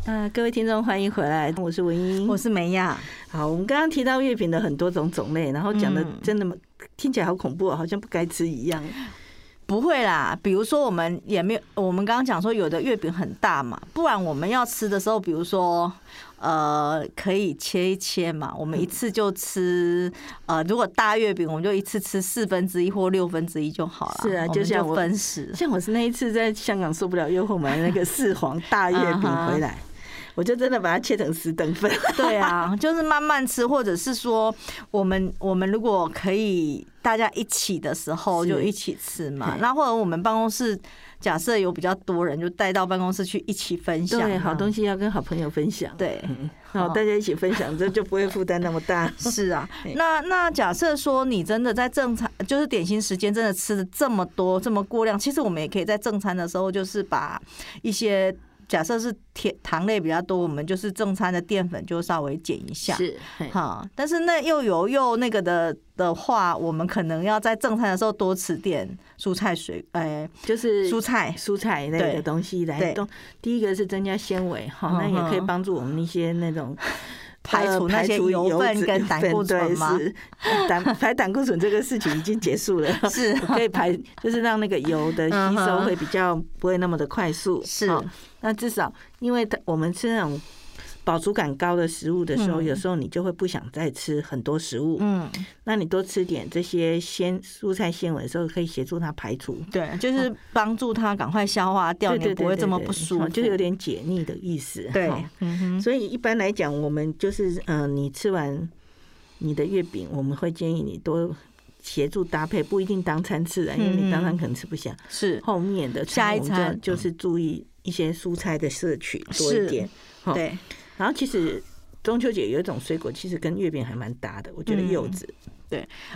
[SPEAKER 3] 那各位听众，欢迎回来，我是文英，
[SPEAKER 4] 我是梅亚，
[SPEAKER 3] 好，我们刚刚提到月饼的很多种种类，然后讲的
[SPEAKER 4] 嗯
[SPEAKER 3] 真的、听起来好恐怖、哦，好像不该吃一样。
[SPEAKER 4] 不会啦，比如说我们也没有，我们刚刚讲说有的月饼很大嘛，不然我们要吃的时候，比如说呃，可以切一切嘛，我们一次就吃呃，如果大月饼，我们就一次吃四分之一或六分之一就好了。
[SPEAKER 3] 是啊
[SPEAKER 4] 我们
[SPEAKER 3] 就
[SPEAKER 4] 就
[SPEAKER 3] 像我
[SPEAKER 4] 分食，
[SPEAKER 3] 像我是那一次在香港受不了诱惑，买那个四皇大月 饼回来，我就真的把它切成十等份。
[SPEAKER 4] 对啊，就是慢慢吃，或者是说我们我们如果可以大家一起的时候
[SPEAKER 3] 是
[SPEAKER 4] 就一起吃嘛
[SPEAKER 3] 嘿，
[SPEAKER 4] 那或者我们办公室假设有比较多人，就带到办公室去一起分享，
[SPEAKER 3] 对，好东
[SPEAKER 4] 西，
[SPEAKER 3] 西要跟好朋友分享，，
[SPEAKER 4] 对。
[SPEAKER 3] 啊好，大家一起分享，这就不会负担那么大。
[SPEAKER 4] 是啊
[SPEAKER 3] 对，
[SPEAKER 4] 那那假设说你真的在正餐，就是点心时间真的吃的这么多这么过量，其实我们也可以在正餐的时候，就是把一些。假设是甜糖类比较多，我们就是正餐的淀粉就稍微减一 下。
[SPEAKER 3] 是，嘿
[SPEAKER 4] 哈，但是那又油又那个的的话，我们可能要在正餐的时候多吃点蔬菜水，呃，
[SPEAKER 3] 就是
[SPEAKER 4] 蔬菜
[SPEAKER 3] 蔬菜类
[SPEAKER 4] 对
[SPEAKER 3] 的东西来
[SPEAKER 4] 对
[SPEAKER 3] 动。第一个是增加纤维哈，那
[SPEAKER 4] 嗯哼
[SPEAKER 3] 也可以帮助我们一些那种
[SPEAKER 4] 排除那些
[SPEAKER 3] 呃排除
[SPEAKER 4] 油分
[SPEAKER 3] 脂
[SPEAKER 4] 跟胆固醇
[SPEAKER 3] 对
[SPEAKER 4] 吗
[SPEAKER 3] 是 胆排胆固醇这个事情已经结束了，
[SPEAKER 4] 是 嗯
[SPEAKER 3] 可以排，就是让那个油的吸收会比较不会那么的快速。
[SPEAKER 4] 是
[SPEAKER 3] 哦那至少因为它我们吃那种。饱足感高的食物的时候，
[SPEAKER 4] 嗯
[SPEAKER 3] 有时候你就会不想再吃很多食物。
[SPEAKER 4] 嗯，
[SPEAKER 3] 那你多吃点这些纤蔬菜纤维的时候，可以协助它排除。
[SPEAKER 4] 对，就是帮助它赶快消化掉，
[SPEAKER 3] 对
[SPEAKER 4] 你
[SPEAKER 3] 对，
[SPEAKER 4] 不
[SPEAKER 3] 对
[SPEAKER 4] 会
[SPEAKER 3] 对
[SPEAKER 4] 这么
[SPEAKER 3] 对
[SPEAKER 4] 不舒
[SPEAKER 3] 哦
[SPEAKER 4] 服。
[SPEAKER 3] 就是有点解腻的意思。
[SPEAKER 4] 对
[SPEAKER 3] 哈，
[SPEAKER 4] 嗯哼，
[SPEAKER 3] 所以一般来讲，我们就是嗯、呃你吃完你的月饼，我们会建议你多协助搭配，不一定当餐吃啊的，因为
[SPEAKER 4] 嗯嗯
[SPEAKER 3] 你当餐可能吃不下。
[SPEAKER 4] 是
[SPEAKER 3] 后面的
[SPEAKER 4] 下一
[SPEAKER 3] 我们就
[SPEAKER 4] 餐嗯
[SPEAKER 3] 就是注意一些蔬菜的摄取多
[SPEAKER 4] 是
[SPEAKER 3] 一点。哦
[SPEAKER 4] 对，
[SPEAKER 3] 然后其实中秋节有一种水果，其实跟月饼还蛮搭的，我
[SPEAKER 4] 嗯
[SPEAKER 3] 觉得柚子。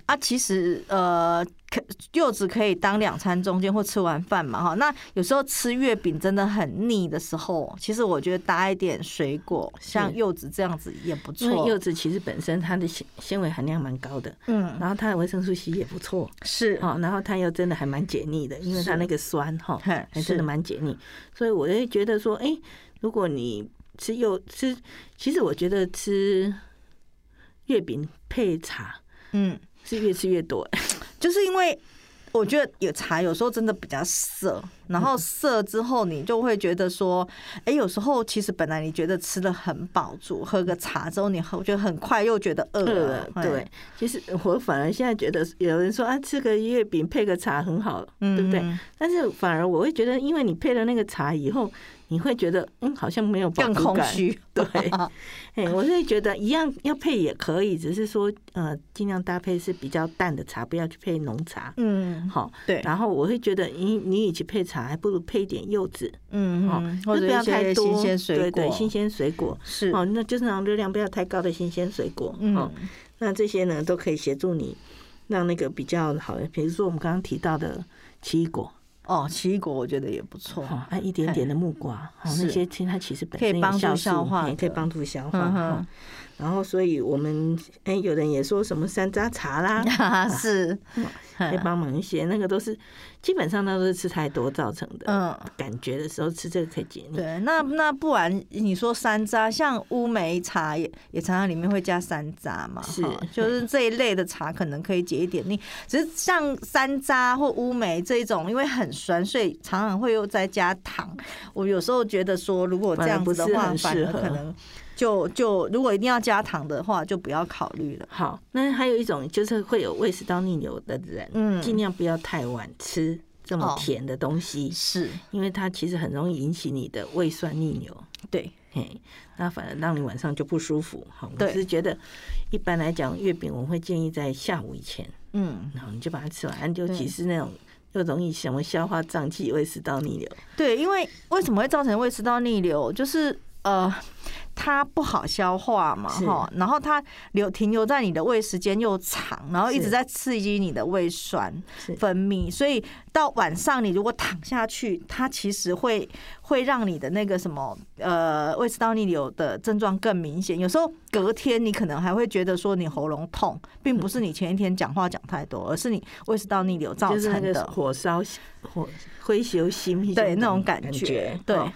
[SPEAKER 4] 啊，其实呃，可柚子可以当两餐中间或吃完饭嘛哈。那有时候吃月饼真的很腻的时候，其实我觉得搭一点水果，像柚子这样子也不
[SPEAKER 3] 因为
[SPEAKER 4] 错。
[SPEAKER 3] 嗯柚子其实本身它的纤纤维含量蛮高的，
[SPEAKER 4] 嗯，
[SPEAKER 3] 然后它的维生素 C 也不错，
[SPEAKER 4] 是，
[SPEAKER 3] 哦，然后它又真的还蛮解腻的，因为它
[SPEAKER 4] 是
[SPEAKER 3] 那个酸哈，
[SPEAKER 4] 嘿
[SPEAKER 3] 还真的蛮解腻，所以我会觉得说，哎、如果你吃柚吃，其实我觉得吃月饼配茶
[SPEAKER 4] 嗯，
[SPEAKER 3] 是越吃越 多，
[SPEAKER 4] 就是因为我觉得有茶有时候真的比较涩，然后涩之后你就会觉得说，哎、有时候其实本来你觉得吃的很饱足，喝个茶之后你喝，我觉得很快又觉得饿
[SPEAKER 3] 饿
[SPEAKER 4] 了
[SPEAKER 3] 了。。
[SPEAKER 4] 嘿
[SPEAKER 3] 对，其实我反而现在觉得有人说啊，吃个月饼配个茶很好，对不对？
[SPEAKER 4] 嗯
[SPEAKER 3] 但是反而我会觉得，因为你配了那个茶以后，你会觉得嗯，好像没有饱
[SPEAKER 4] 更
[SPEAKER 3] 足
[SPEAKER 4] 空
[SPEAKER 3] 感
[SPEAKER 4] 虚。
[SPEAKER 3] 对，
[SPEAKER 4] 啊
[SPEAKER 3] 哎、我是觉得一样要配也可以，只是说呃，尽量搭配是比较淡的茶，不要去配浓茶。
[SPEAKER 4] 嗯，
[SPEAKER 3] 好，
[SPEAKER 4] 对。
[SPEAKER 3] 然后我会觉得你你与其配茶，还不如配一点柚子，
[SPEAKER 4] 嗯
[SPEAKER 3] 哦
[SPEAKER 4] 嗯，，或
[SPEAKER 3] 就
[SPEAKER 4] 者
[SPEAKER 3] 不要
[SPEAKER 4] 一
[SPEAKER 3] 太
[SPEAKER 4] 些
[SPEAKER 3] 多，
[SPEAKER 4] 新鲜水果，
[SPEAKER 3] 对对，新鲜水果。
[SPEAKER 4] 是，
[SPEAKER 3] 哦，那就是那种热量不要太高的新鲜水果。哦
[SPEAKER 4] 嗯，
[SPEAKER 3] 那这些呢都可以协助你让那个比较好的，比如说我们刚刚提到的奇异果，
[SPEAKER 4] 哦，奇异果我觉得也不错，
[SPEAKER 3] 哦，按一点点的木瓜，哦，
[SPEAKER 4] 是
[SPEAKER 3] 那些其实它其实本
[SPEAKER 4] 可以
[SPEAKER 3] 身有
[SPEAKER 4] 帮助
[SPEAKER 3] 酵素
[SPEAKER 4] 消化
[SPEAKER 3] 也可以
[SPEAKER 4] 的
[SPEAKER 3] 帮助消化。
[SPEAKER 4] 嗯
[SPEAKER 3] 哦
[SPEAKER 4] 哼，，
[SPEAKER 3] 然后，所以我们哎、有人也说什么山楂茶啦
[SPEAKER 4] 是，
[SPEAKER 3] 可以帮忙一些，那个都是基本上那都是吃太多造成的。
[SPEAKER 4] 嗯，
[SPEAKER 3] 感觉的时候吃这个可以解腻。
[SPEAKER 4] 对，那那不然你说山楂，像乌梅茶也也常常里面会加山楂嘛，
[SPEAKER 3] 是
[SPEAKER 4] 哈就是这一类的茶可能可以解一点腻，只是像山楂或乌梅这一种，因为很酸，所以常常会又再加糖。我有时候觉得说，如果这样子的话，
[SPEAKER 3] 反
[SPEAKER 4] 反
[SPEAKER 3] 而不是很适
[SPEAKER 4] 而
[SPEAKER 3] 合
[SPEAKER 4] 可能就就如果一定要加糖的话，就不要考虑了。
[SPEAKER 3] 好，那还有一种就是会有胃食道逆流的人，
[SPEAKER 4] 嗯
[SPEAKER 3] 尽量不要太晚吃这么
[SPEAKER 4] 哦
[SPEAKER 3] 甜的东西，
[SPEAKER 4] 是
[SPEAKER 3] 因为它其实很容易引起你的胃酸逆流。
[SPEAKER 4] 对，
[SPEAKER 3] 嘿，那反而让你晚上就不舒服。好，我
[SPEAKER 4] 对
[SPEAKER 3] 是觉得一般来讲，月饼我会建议在下午以前，
[SPEAKER 4] 嗯，
[SPEAKER 3] 然后你就把它吃完，尤
[SPEAKER 4] 对
[SPEAKER 3] 其是那种又容易什么消化胀气、胃食道逆流。
[SPEAKER 4] 对，因为为什么会造成胃食道逆流？就是呃，它不好消化嘛，
[SPEAKER 3] 是
[SPEAKER 4] 哈，然后它留停留在你的胃时间又长，然后一直
[SPEAKER 3] 是
[SPEAKER 4] 在刺激你的胃酸
[SPEAKER 3] 是
[SPEAKER 4] 分泌，所以到晚上你如果躺下去，它其实会会让你的那个什么呃胃食道逆流的症状更明显。有时候隔天你可能还会觉得说你喉咙痛，并不是你前一天讲话讲太多，而是你胃食道逆流造
[SPEAKER 3] 就是那
[SPEAKER 4] 成
[SPEAKER 3] 个
[SPEAKER 4] 的。
[SPEAKER 3] 火烧火灰球心一种
[SPEAKER 4] 对那种
[SPEAKER 3] 感
[SPEAKER 4] 感觉对
[SPEAKER 3] 哦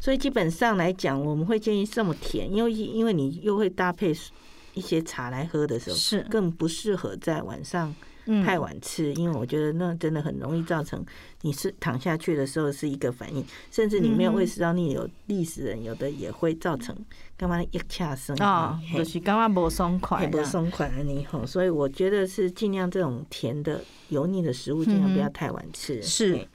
[SPEAKER 3] 所以基本上来讲，我们会建议这么甜，因为因为你又会搭配一些茶来喝的时候，
[SPEAKER 4] 是
[SPEAKER 3] 更不适合在晚上
[SPEAKER 4] 嗯
[SPEAKER 3] 太晚吃，因为我觉得那真的很容易造成你是躺下去的时候是一个反应，甚至你
[SPEAKER 4] 嗯
[SPEAKER 3] 没有胃食道逆流，历史人有的也会造成干嘛一掐生
[SPEAKER 4] 啊、
[SPEAKER 3] 嘿
[SPEAKER 4] 就是刚刚不松快
[SPEAKER 3] 也不
[SPEAKER 4] 这样，
[SPEAKER 3] 松垮你吼，所以我觉得是尽量这种甜的、油腻的食物，尽量不
[SPEAKER 4] 嗯
[SPEAKER 3] 要太晚吃。
[SPEAKER 4] 是
[SPEAKER 3] 对。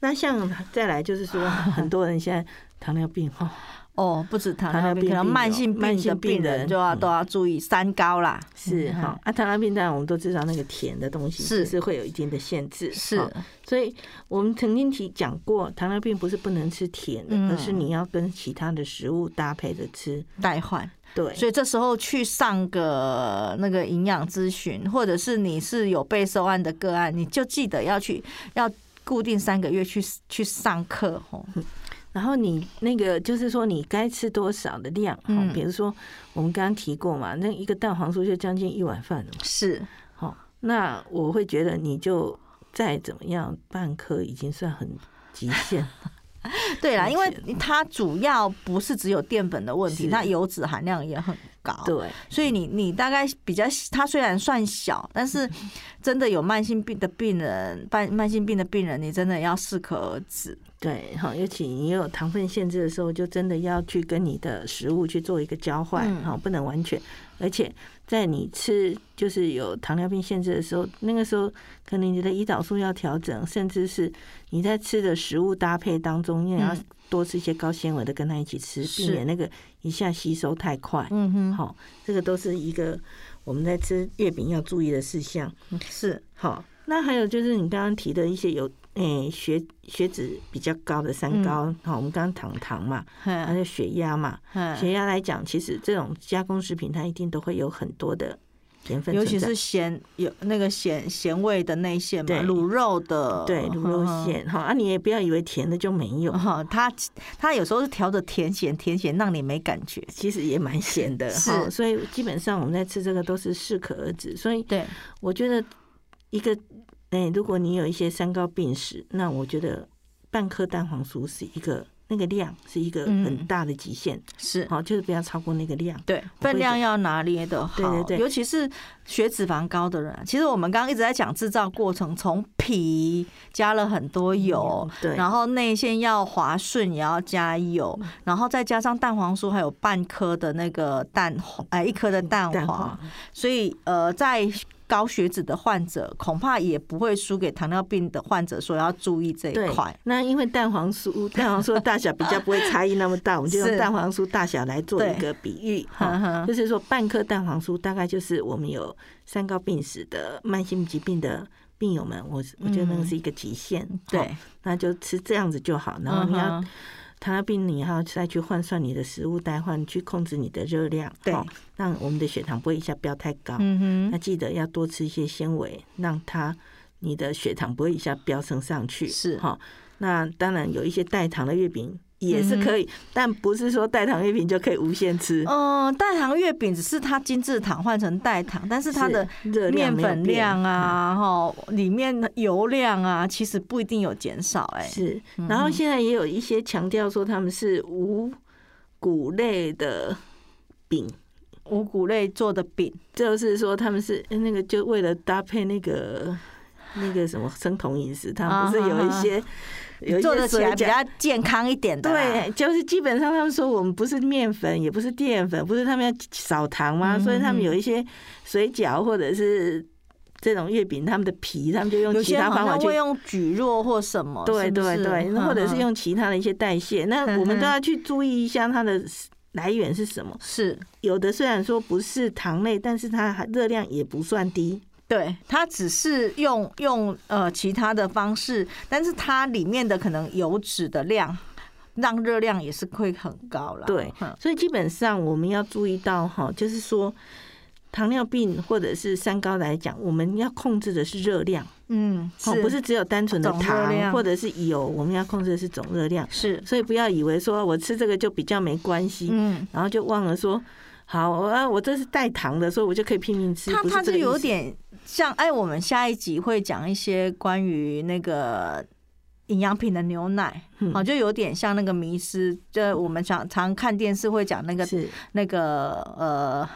[SPEAKER 3] 那像再来就是说，很多人现在糖尿病 哈，
[SPEAKER 4] 哦，不止糖
[SPEAKER 3] 糖
[SPEAKER 4] 尿
[SPEAKER 3] 尿
[SPEAKER 4] 病，
[SPEAKER 3] 病
[SPEAKER 4] 可能
[SPEAKER 3] 病
[SPEAKER 4] 慢
[SPEAKER 3] 友
[SPEAKER 4] 性
[SPEAKER 3] 哦慢
[SPEAKER 4] 病的
[SPEAKER 3] 性病
[SPEAKER 4] 病人
[SPEAKER 3] 人
[SPEAKER 4] 就要
[SPEAKER 3] 嗯
[SPEAKER 4] 都要注意三高啦。
[SPEAKER 3] 是哈，啊，糖尿病当然我们都知道那个甜的东西
[SPEAKER 4] 嗯是
[SPEAKER 3] 是会有一定的限制，
[SPEAKER 4] 是
[SPEAKER 3] 哈所以我们曾经提讲过，糖尿病不是不能吃甜的，
[SPEAKER 4] 嗯
[SPEAKER 3] 而是你要跟其他的食物搭配着吃。
[SPEAKER 4] 代换，
[SPEAKER 3] 对，
[SPEAKER 4] 所以这时候去上个那个营养咨询，或者是你是有被收案的个
[SPEAKER 3] 嗯
[SPEAKER 4] 案，你就记得要去要固定三个月去去上课哦。
[SPEAKER 3] 然后你那个就是说你该吃多少的量，哈
[SPEAKER 4] 嗯，
[SPEAKER 3] 比如说我们刚刚提过嘛，那一个蛋黄酥就将近一碗饭了嘛，
[SPEAKER 4] 是
[SPEAKER 3] 好，那我会觉得你就再怎么样半颗已经算很极限了，
[SPEAKER 4] 对啦，
[SPEAKER 3] 了
[SPEAKER 4] 因为
[SPEAKER 3] 解
[SPEAKER 4] 它主要不是只有淀粉的问题，
[SPEAKER 3] 是
[SPEAKER 4] 它油脂含量也很高。
[SPEAKER 3] 对，
[SPEAKER 4] 所以你你大概比较，它虽然算小，但是真的有慢性病的病人，慢慢性病的病人，你真的要适可而止。
[SPEAKER 3] 对，好，尤其你有糖分限制的时候，就真的要去跟你的食物去做一个交换
[SPEAKER 4] 嗯，
[SPEAKER 3] 好、不能完全。而且在你吃就是有糖尿病限制的时候，那个时候可能你的胰岛素要调整，甚至是你在吃的食物搭配当中，也要
[SPEAKER 4] 嗯
[SPEAKER 3] 多吃一些高纤维的跟它一起吃，避
[SPEAKER 4] 是
[SPEAKER 3] 免那个一下吸收太快。
[SPEAKER 4] 嗯哼，
[SPEAKER 3] 好、这个都是一个我们在吃月饼要注意的事项。
[SPEAKER 4] 是
[SPEAKER 3] 好，那还有就是你刚刚提的一些有诶、血血脂比较高的三高，好，我们刚刚糖糖嘛，还
[SPEAKER 4] 嗯
[SPEAKER 3] 有血压嘛，
[SPEAKER 4] 嗯，
[SPEAKER 3] 血压来讲，其实这种加工食品它一定都会有很多的盐分存在，
[SPEAKER 4] 尤其是咸有那个咸咸味的内馅嘛，
[SPEAKER 3] 对
[SPEAKER 4] 卤肉的嗯
[SPEAKER 3] 对卤肉馅哈，啊，你也不要以为甜的就没有，
[SPEAKER 4] 哈，它它有时候是调的甜咸甜咸，让你没感觉。
[SPEAKER 3] 其实也蛮咸的
[SPEAKER 4] 是
[SPEAKER 3] 哈，所以基本上我们在吃这个都是适可而止，所以
[SPEAKER 4] 对，
[SPEAKER 3] 我觉得一个，哎、如果你有一些三高病史，那我觉得半颗蛋黄酥是一个那个量是一个
[SPEAKER 4] 嗯
[SPEAKER 3] 很大的极限，
[SPEAKER 4] 是
[SPEAKER 3] 好、就是不要超过那个量。
[SPEAKER 4] 对，分量要拿捏的好，
[SPEAKER 3] 对对对
[SPEAKER 4] 尤其是血脂肪高的人。其实我们刚刚一直在讲制造过程，从皮加了很多油，
[SPEAKER 3] 对嗯
[SPEAKER 4] 然后内馅要滑顺也要加油，然后再加上蛋黄酥，还有半颗的那个蛋黄，哎，一颗的蛋
[SPEAKER 3] 蛋
[SPEAKER 4] 黄
[SPEAKER 3] 黄，
[SPEAKER 4] 所以呃，在。高血脂的患者恐怕也不会输给糖尿病的患者，说要注意这一
[SPEAKER 3] 对
[SPEAKER 4] 块。，
[SPEAKER 3] 那因为蛋黄酥，蛋黄酥的大小比较不会差异那么大，我们就用
[SPEAKER 4] 是
[SPEAKER 3] 蛋黄酥大小来做
[SPEAKER 4] 对嗯
[SPEAKER 3] 一个比喻
[SPEAKER 4] 呵
[SPEAKER 3] 哈，
[SPEAKER 4] 呵
[SPEAKER 3] 就是说半颗蛋黄酥大概就是我们有三高病史的慢性疾病的病友们，我我觉得那个
[SPEAKER 4] 嗯
[SPEAKER 3] 是一个极限，哈
[SPEAKER 4] 对，
[SPEAKER 3] 那就吃这样子就好，然后你要
[SPEAKER 4] 嗯哼
[SPEAKER 3] 糖尿病，你还要再去换算你的食物代换，去控制你的热量，
[SPEAKER 4] 对
[SPEAKER 3] 哦让我们的血糖不会一下飙太高。
[SPEAKER 4] 嗯
[SPEAKER 3] 那记得要多吃一些纤维，让它你的血糖不会一下飙升上去。
[SPEAKER 4] 是
[SPEAKER 3] 哈、那当然有一些代糖的月饼也是可以，但不是说代糖月饼就可以无限吃。
[SPEAKER 4] 嗯，代糖月饼只是它精制糖换成代糖，但是它的
[SPEAKER 3] 是热量
[SPEAKER 4] 面
[SPEAKER 3] 没有
[SPEAKER 4] 粉
[SPEAKER 3] 变嗯
[SPEAKER 4] 量啊，哈、里面的油量啊，其实不一定有减少、哎，
[SPEAKER 3] 是，然后现在也有一些强调说他们是五谷类的饼，
[SPEAKER 4] 五谷类做的饼，
[SPEAKER 3] 就是说他们是呃那个就为了搭配那个那个什么生酮饮食，他
[SPEAKER 4] 啊
[SPEAKER 3] 们不是有一些、有一
[SPEAKER 4] 做
[SPEAKER 3] 些
[SPEAKER 4] 的起来
[SPEAKER 3] 水
[SPEAKER 4] 比
[SPEAKER 3] 饺。
[SPEAKER 4] 较健康一点的啦，
[SPEAKER 3] 对，就是基本上他们说我们不是面粉，也不是淀粉，不是他们要少糖
[SPEAKER 4] 嗯
[SPEAKER 3] 吗？所以他们有一些水饺或者是这种月饼，他们的皮他们就用
[SPEAKER 4] 有
[SPEAKER 3] 其
[SPEAKER 4] 些
[SPEAKER 3] 他
[SPEAKER 4] 好
[SPEAKER 3] 方法
[SPEAKER 4] 像
[SPEAKER 3] 去
[SPEAKER 4] 会用蒟蒻或什么，
[SPEAKER 3] 对
[SPEAKER 4] 是不
[SPEAKER 3] 对
[SPEAKER 4] 是
[SPEAKER 3] 对，或者是
[SPEAKER 4] 嗯嗯嗯
[SPEAKER 3] 用其他的一些代谢，那我们都要去注意一下它的来源是什么。
[SPEAKER 4] 是。
[SPEAKER 3] 有的虽然说不是糖类，但是它还热量也不算低。
[SPEAKER 4] 对，它只是用用呃其他的方式，但是它里面的可能油脂的量，让热量也是会很高了。
[SPEAKER 3] 对
[SPEAKER 4] 嗯，
[SPEAKER 3] 所以基本上我们要注意到哈，就是说糖尿病或者是三高来讲，我们要控制的是热量，
[SPEAKER 4] 嗯，
[SPEAKER 3] 哦，不是只有单纯的
[SPEAKER 4] 总热
[SPEAKER 3] 糖
[SPEAKER 4] 量
[SPEAKER 3] 或者是油，我们要控制的是总热量。
[SPEAKER 4] 是，
[SPEAKER 3] 所以不要以为说我吃这个就比较没关系，
[SPEAKER 4] 嗯，
[SPEAKER 3] 然后就忘了说，好，我啊我这是带糖的，所以我就可以拼命吃。
[SPEAKER 4] 它
[SPEAKER 3] 不
[SPEAKER 4] 它
[SPEAKER 3] 这
[SPEAKER 4] 就
[SPEAKER 3] 个意
[SPEAKER 4] 有
[SPEAKER 3] 思
[SPEAKER 4] 点像，哎，我们下一集会讲一些关于那个营养品的牛奶，哦
[SPEAKER 3] 嗯
[SPEAKER 4] 好、就有点像那个迷失，就我们常常看电视会讲那个
[SPEAKER 3] 是
[SPEAKER 4] 那个呃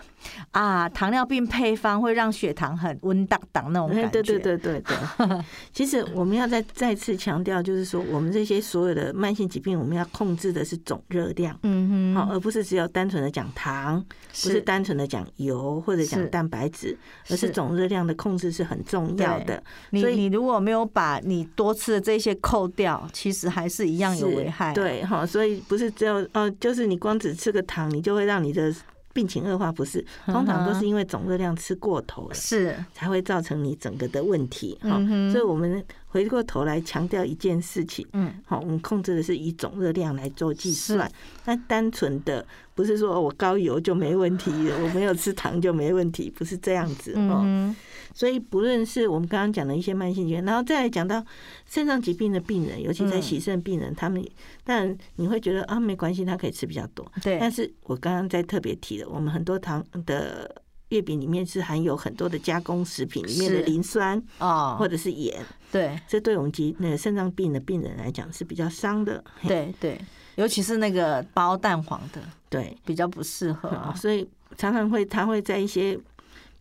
[SPEAKER 4] 啊，糖尿病配方会让血糖很温当当那种感
[SPEAKER 3] 哎
[SPEAKER 4] 觉，
[SPEAKER 3] 对对对对对。 其实我们要再再次强调，就是说我们这些所有的慢性疾病，我们要控制的是总热量。
[SPEAKER 4] 嗯
[SPEAKER 3] 好，
[SPEAKER 4] 哼，
[SPEAKER 3] 而不是只有单纯的讲糖，不是单纯的讲油或者
[SPEAKER 4] 是
[SPEAKER 3] 讲蛋白质，而
[SPEAKER 4] 是
[SPEAKER 3] 是总热量的控制是很重要的。
[SPEAKER 4] 你
[SPEAKER 3] 所以
[SPEAKER 4] 你如果没有把你多吃的这些扣掉，其实还是一样有
[SPEAKER 3] 是
[SPEAKER 4] 危害，，啊
[SPEAKER 3] 对哈，所以不是只有呃，就是你光只吃个糖，你就会让你的病情恶化，不是？
[SPEAKER 4] 嗯
[SPEAKER 3] 通常都是因为总热量吃过头了，
[SPEAKER 4] 是，
[SPEAKER 3] 才会造成你整个的问题哈
[SPEAKER 4] 嗯。哼
[SPEAKER 3] 所以我们回过头来强调一件事情，
[SPEAKER 4] 嗯，
[SPEAKER 3] 好，我们控制的是以总热量来做计
[SPEAKER 4] 是
[SPEAKER 3] 算，那单纯的不是说哦我高油就没问题，我没有吃糖就没问题，不是这样子哦。
[SPEAKER 4] 嗯
[SPEAKER 3] 所以不论是我们刚刚讲的一些慢性疾病，然后再来讲到肾脏疾病的病人，尤其在洗肾病人，他们当然你会觉得啊没关系，他可以吃比较多。
[SPEAKER 4] 哼，嗯对，
[SPEAKER 3] 但是我刚刚在特别提了，我们很多糖的月饼里面是含有很多的加工食品里面的
[SPEAKER 4] 是
[SPEAKER 3] 磷酸
[SPEAKER 4] 哦，
[SPEAKER 3] 或者是盐，
[SPEAKER 4] 对
[SPEAKER 3] 这对我们疾那个肾脏病的病人来讲是比较伤的。 嘿
[SPEAKER 4] 对对，尤其是那个包蛋黄的
[SPEAKER 3] 对，
[SPEAKER 4] 比较不适合 啊，
[SPEAKER 3] 哦所以常常会他会在一些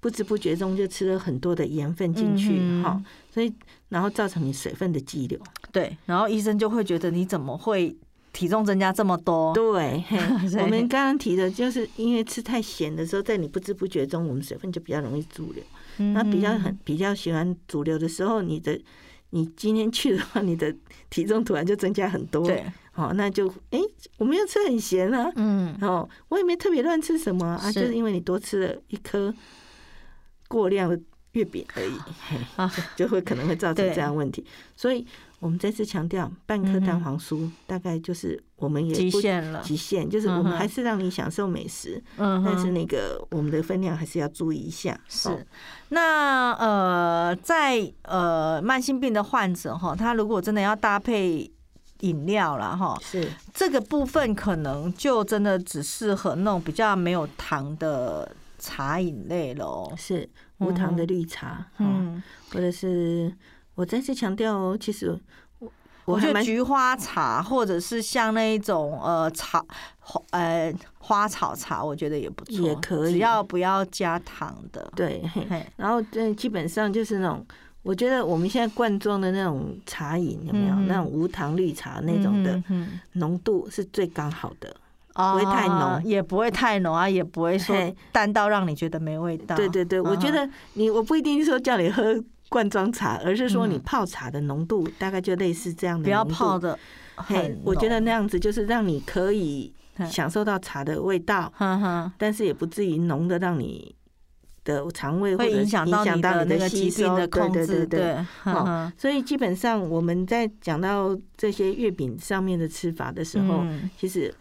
[SPEAKER 3] 不知不觉中就吃了很多的盐分进去
[SPEAKER 4] 嗯哼
[SPEAKER 3] 哈、所以然后造成你水分的积留。
[SPEAKER 4] 对，然后医生就会觉得你怎么会体重增加这么多？
[SPEAKER 3] 对，嘿
[SPEAKER 4] 所以
[SPEAKER 3] 我们刚刚提的就是因为吃太咸的时候，在你不知不觉中，我们水分就比较容易驻留。
[SPEAKER 4] 嗯
[SPEAKER 3] 那比较很比较喜欢主流的时候，你的你今天去的话，你的体重突然就增加很多，，
[SPEAKER 4] 对，
[SPEAKER 3] 哦，那就哎、我没有吃很咸啊，
[SPEAKER 4] 嗯，
[SPEAKER 3] 哦，我也没特别乱吃什么啊，
[SPEAKER 4] 是
[SPEAKER 3] 就是因为你多吃了一颗过量的月饼而已，嘿
[SPEAKER 4] 啊
[SPEAKER 3] 就会可能会造成
[SPEAKER 4] 对
[SPEAKER 3] 这样的问题，所以我们再次强调，半颗蛋
[SPEAKER 4] 嗯哼
[SPEAKER 3] 黄酥、大概就是我们也
[SPEAKER 4] 极
[SPEAKER 3] 不
[SPEAKER 4] 限了，
[SPEAKER 3] 极限，就是我
[SPEAKER 4] 嗯
[SPEAKER 3] 们
[SPEAKER 4] 哼
[SPEAKER 3] 还是让你享受美食，
[SPEAKER 4] 嗯
[SPEAKER 3] 但
[SPEAKER 4] 哼，
[SPEAKER 3] 是那个我们的分量还是要注意一下，哦
[SPEAKER 4] 是，那呃，在呃慢性病的患者哈，他如果真的要搭配饮料啦哈，
[SPEAKER 3] 是。
[SPEAKER 4] 这个部分可能就真的只适合那种比较没有糖的茶饮类喽。
[SPEAKER 3] 是无糖的绿茶，嗯，
[SPEAKER 4] 嗯，
[SPEAKER 3] 或者是我再次强调哦，其实我我
[SPEAKER 4] 我
[SPEAKER 3] 还
[SPEAKER 4] 觉得
[SPEAKER 3] 蛮
[SPEAKER 4] 菊花茶或者是像那一种呃草花呃花草茶，我觉得也不错，
[SPEAKER 3] 也可以
[SPEAKER 4] 只要不要加糖的。
[SPEAKER 3] 对，嘿
[SPEAKER 4] 嘿
[SPEAKER 3] 然后这基本上就是那种，我觉得我们现在罐装的那种茶饮有没有、
[SPEAKER 4] 嗯
[SPEAKER 3] 那种无糖绿茶那种的
[SPEAKER 4] 嗯哼
[SPEAKER 3] 浓度是最刚好的，不
[SPEAKER 4] 哼
[SPEAKER 3] 会太浓
[SPEAKER 4] 啊也不会太浓啊，也不会说
[SPEAKER 3] 嘿
[SPEAKER 4] 淡到让你觉得没味道。
[SPEAKER 3] 对对对，我觉
[SPEAKER 4] 啊
[SPEAKER 3] 得你我不一定说叫你喝。罐装茶，而是说你
[SPEAKER 4] 嗯
[SPEAKER 3] 泡茶的浓度大概就类似这样的
[SPEAKER 4] 不要
[SPEAKER 3] 浓度
[SPEAKER 4] 泡的
[SPEAKER 3] 嘿
[SPEAKER 4] 很，
[SPEAKER 3] 我觉得那样子就是让你可以
[SPEAKER 4] 嘿
[SPEAKER 3] 享受到茶的味道，
[SPEAKER 4] 哈哈，
[SPEAKER 3] 但是也不至于浓的让你的肠胃或
[SPEAKER 4] 会
[SPEAKER 3] 者
[SPEAKER 4] 影响到你的那个
[SPEAKER 3] 吸
[SPEAKER 4] 疾
[SPEAKER 3] 收
[SPEAKER 4] 病的控
[SPEAKER 3] 对对
[SPEAKER 4] 制，
[SPEAKER 3] 对对。
[SPEAKER 4] 对，哈哈
[SPEAKER 3] 所以基本上我们在讲到这些月饼上面的吃法的时候，
[SPEAKER 4] 嗯
[SPEAKER 3] 其实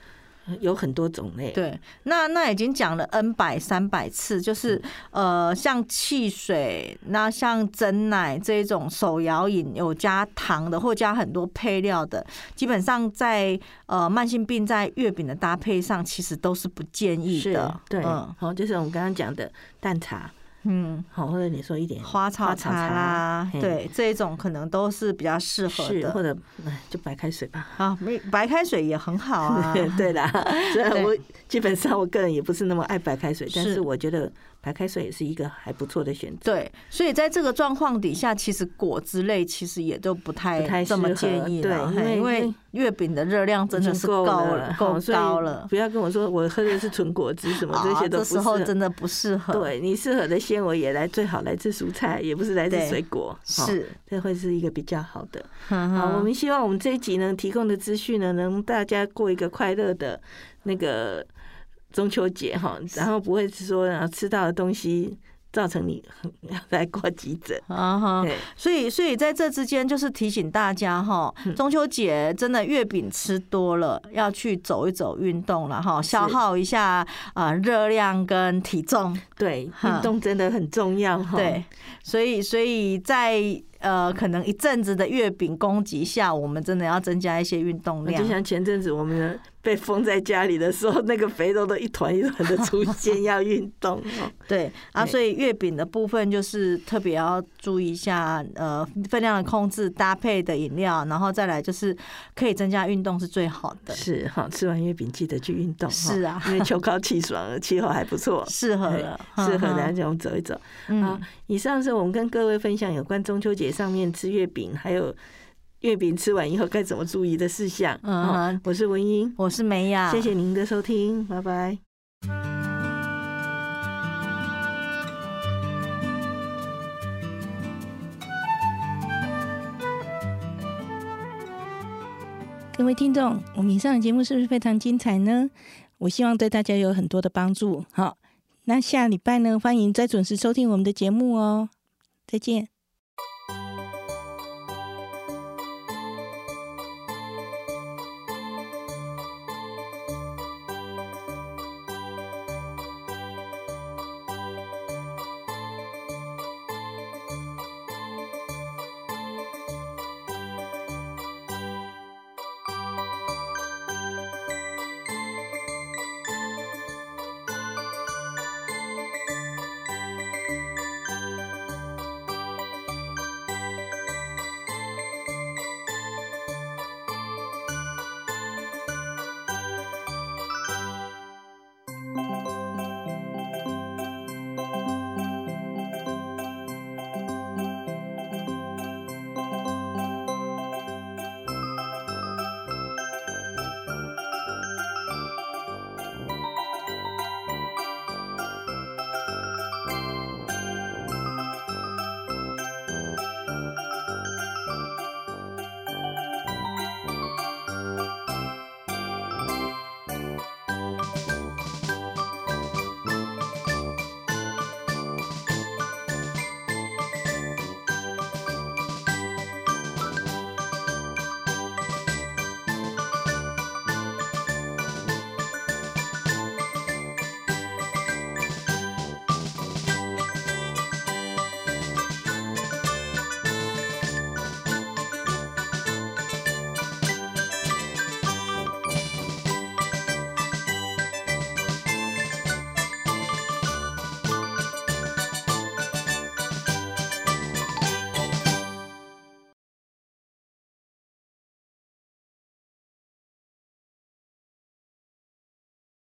[SPEAKER 3] 呃有很多种类。
[SPEAKER 4] 对，那那已经讲了 N 百三百次，就是
[SPEAKER 3] 嗯
[SPEAKER 4] 呃，像汽水，那像真奶这一种手摇饮有加糖的或加很多配料的，基本上在呃慢性病在月饼的搭配上，其实都是不建议
[SPEAKER 3] 是
[SPEAKER 4] 的。
[SPEAKER 3] 对，
[SPEAKER 4] 嗯
[SPEAKER 3] 好、就是我们刚刚讲的蛋茶，
[SPEAKER 4] 嗯，
[SPEAKER 3] 好，或者你说一点
[SPEAKER 4] 花草茶啦，
[SPEAKER 3] 嘿
[SPEAKER 4] 对，这一种可能都是比较适合
[SPEAKER 3] 是，或
[SPEAKER 4] 的。
[SPEAKER 3] 者哎就白开水吧。
[SPEAKER 4] 啊，没白开水也很好啊。
[SPEAKER 3] 对 啦，虽然
[SPEAKER 4] 对
[SPEAKER 3] 我基本上我个人也不是那么爱白开水，但
[SPEAKER 4] 是
[SPEAKER 3] 是我觉得白开水也是一个还不错的选择。
[SPEAKER 4] 对，所以在这个状况底下，其实果汁类其实也都不
[SPEAKER 3] 不太
[SPEAKER 4] 太
[SPEAKER 3] 适
[SPEAKER 4] 这
[SPEAKER 3] 合
[SPEAKER 4] 么建议了，
[SPEAKER 3] 对
[SPEAKER 4] 嘿
[SPEAKER 3] 因
[SPEAKER 4] 因
[SPEAKER 3] 为
[SPEAKER 4] 为月饼的热量真的
[SPEAKER 3] 已
[SPEAKER 4] 是
[SPEAKER 3] 经
[SPEAKER 4] 够
[SPEAKER 3] 了
[SPEAKER 4] 了，，够
[SPEAKER 3] 好所以
[SPEAKER 4] 高了，
[SPEAKER 3] 不要跟我说我喝的是纯果汁什么
[SPEAKER 4] 啊，
[SPEAKER 3] 这些都
[SPEAKER 4] 这
[SPEAKER 3] 不适
[SPEAKER 4] 时候
[SPEAKER 3] 合。
[SPEAKER 4] 真的不适合。，
[SPEAKER 3] 对你适合的纤维也来，最好来自蔬菜，也不是来自
[SPEAKER 4] 对
[SPEAKER 3] 水果，哦
[SPEAKER 4] 是，嗯
[SPEAKER 3] 这会是一个比较好的。好，我
[SPEAKER 4] 我
[SPEAKER 3] 们希望我们这一集呢提供的资讯呢，能大家过一个快乐的那个中秋节哈，然后不会是说然后吃到的东西造成你来挂急诊。
[SPEAKER 4] 啊哈。
[SPEAKER 3] 对，
[SPEAKER 4] 所以，所以在这之间，就是提醒大家哈，
[SPEAKER 3] 嗯
[SPEAKER 4] 中秋节真的月饼吃多了，要去走一走运动了哈，消耗一下啊热量跟体重。
[SPEAKER 3] 对，运
[SPEAKER 4] 哈
[SPEAKER 3] 动真的很重要哈。
[SPEAKER 4] 对，所以所以在呃可能一阵子的月饼供给下，我们真的要增加一些运动
[SPEAKER 3] 那就
[SPEAKER 4] 量。
[SPEAKER 3] 像前阵子我们被封在家里的时候，那个肥肉都一团一团的出 现，要运动哦。
[SPEAKER 4] 对啊，
[SPEAKER 3] 对
[SPEAKER 4] 所以月饼的部分就是特别要注意一下，呃，分量的控制，搭配的饮料，然后再来就是可以增加运动是最好的，
[SPEAKER 3] 是哈，吃完月饼记得去运动。哈
[SPEAKER 4] 是啊
[SPEAKER 3] 因为秋高气爽了，气候还不错，
[SPEAKER 4] 适合了，
[SPEAKER 3] 对 适合来
[SPEAKER 4] 的。
[SPEAKER 3] 这种走一走。好
[SPEAKER 4] 嗯，，
[SPEAKER 3] 以上是我们跟各位分享有关中秋节上面吃月饼，还有月饼吃完以后该怎么注意的事项。
[SPEAKER 4] 嗯
[SPEAKER 3] 哦
[SPEAKER 4] 哼
[SPEAKER 3] 我是文英，
[SPEAKER 4] 我是梅雅，
[SPEAKER 3] 谢谢您的收听，拜拜。
[SPEAKER 5] 各位听众，我们以上的节目是不是非常精彩呢？我希望对大家有很多的帮助。好，那下礼拜呢，欢迎再准时收听我们的节目哦。再见。